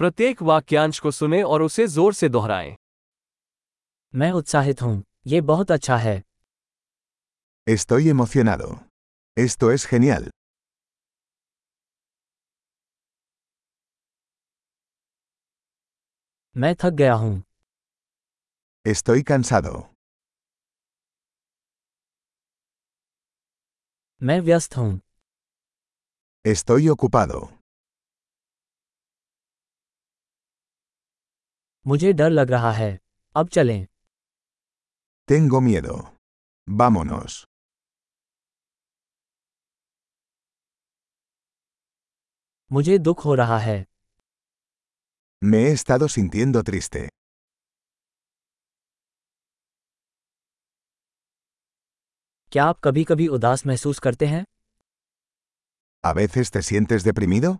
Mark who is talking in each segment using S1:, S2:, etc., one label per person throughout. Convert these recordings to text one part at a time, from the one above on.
S1: प्रत्येक वाक्यांश को सुने और उसे जोर से दोहराएं
S2: मैं उत्साहित हूँ ये बहुत अच्छा है
S3: Estoy emocionado. Esto es genial.
S2: मैं थक गया हूँ
S3: Estoy cansado.
S2: मैं व्यस्त हूँ
S3: Estoy ocupado.
S2: मुझे डर लग रहा है अब चलें
S3: Tengo miedo. Vámonos.
S2: मुझे दुख हो रहा है
S3: Me he estado sintiendo triste.
S2: क्या आप कभी कभी उदास महसूस करते हैं
S3: ¿A veces te sientes deprimido?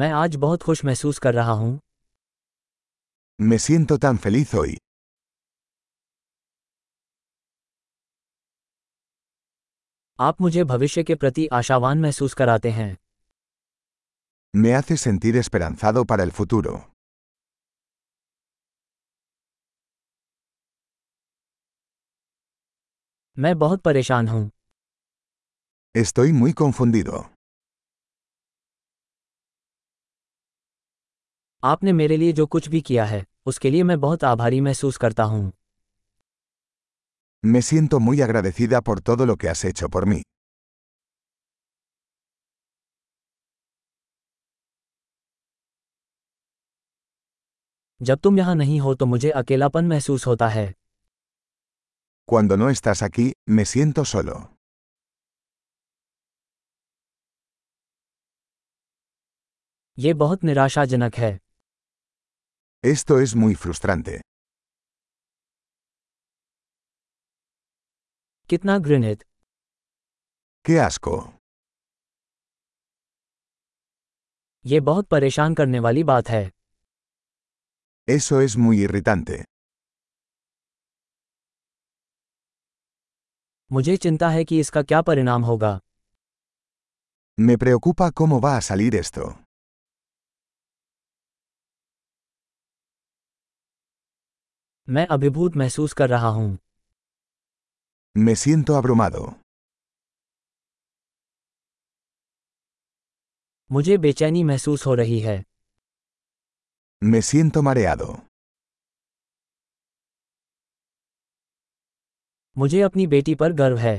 S2: मैं आज बहुत खुश महसूस कर रहा हूँ
S3: Me siento tan feliz hoy.
S2: आप मुझे भविष्य के प्रति आशावान महसूस कराते हैं
S3: Me hace sentir esperanzado para el futuro.
S2: मैं बहुत परेशान हूँ
S3: Estoy muy confundido.
S2: आपने मेरे लिए जो कुछ भी किया है उसके लिए मैं बहुत आभारी महसूस करता हूँ
S3: Me siento muy agradecida por todo lo que has hecho por mí.
S2: जब तुम यहाँ नहीं हो तो मुझे अकेलापन महसूस होता है
S3: Cuando no estás aquí, me siento solo.
S2: ये बहुत निराशाजनक है
S3: Esto es muy frustrante.
S2: कितना घृणित
S3: ¡Qué asco!
S2: ये बहुत परेशान करने वाली बात है
S3: Eso es muy irritante.
S2: मुझे चिंता है कि इसका क्या परिणाम होगा
S3: Me preocupa cómo va a salir esto.
S2: मैं अभिभूत महसूस कर रहा हूँ
S3: Me siento abrumado.
S2: मुझे बेचैनी महसूस हो रही है
S3: Me siento mareado.
S2: मुझे अपनी बेटी पर गर्व है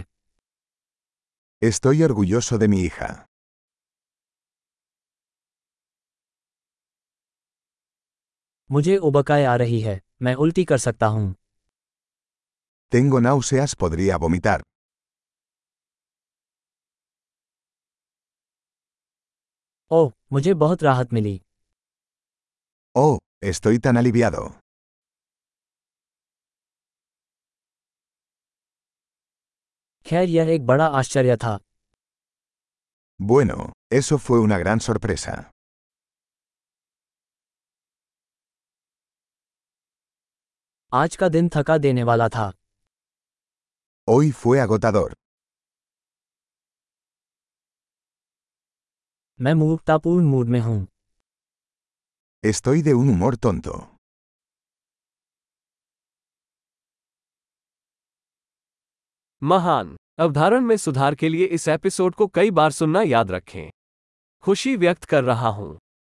S3: Estoy orgulloso de mi hija.
S2: मुझे उबकाई आ रही है मैं उल्टी कर सकता हूँ
S3: Tengo náuseas, podría vomitar.
S2: ओह मुझे बहुत राहत मिली
S3: Oh, estoy tan aliviado.
S2: खैर यह एक बड़ा आश्चर्य था
S3: Bueno, eso fue una gran sorpresa.
S2: आज का दिन थका देने वाला था
S3: Hoy fue agotador.
S2: मैं मूर्खतापूर्ण मूड में हूँ
S3: Estoy de un humor tonto.
S1: महान अवधारण में सुधार के लिए इस एपिसोड को कई बार सुनना याद रखें खुशी व्यक्त कर रहा हूँ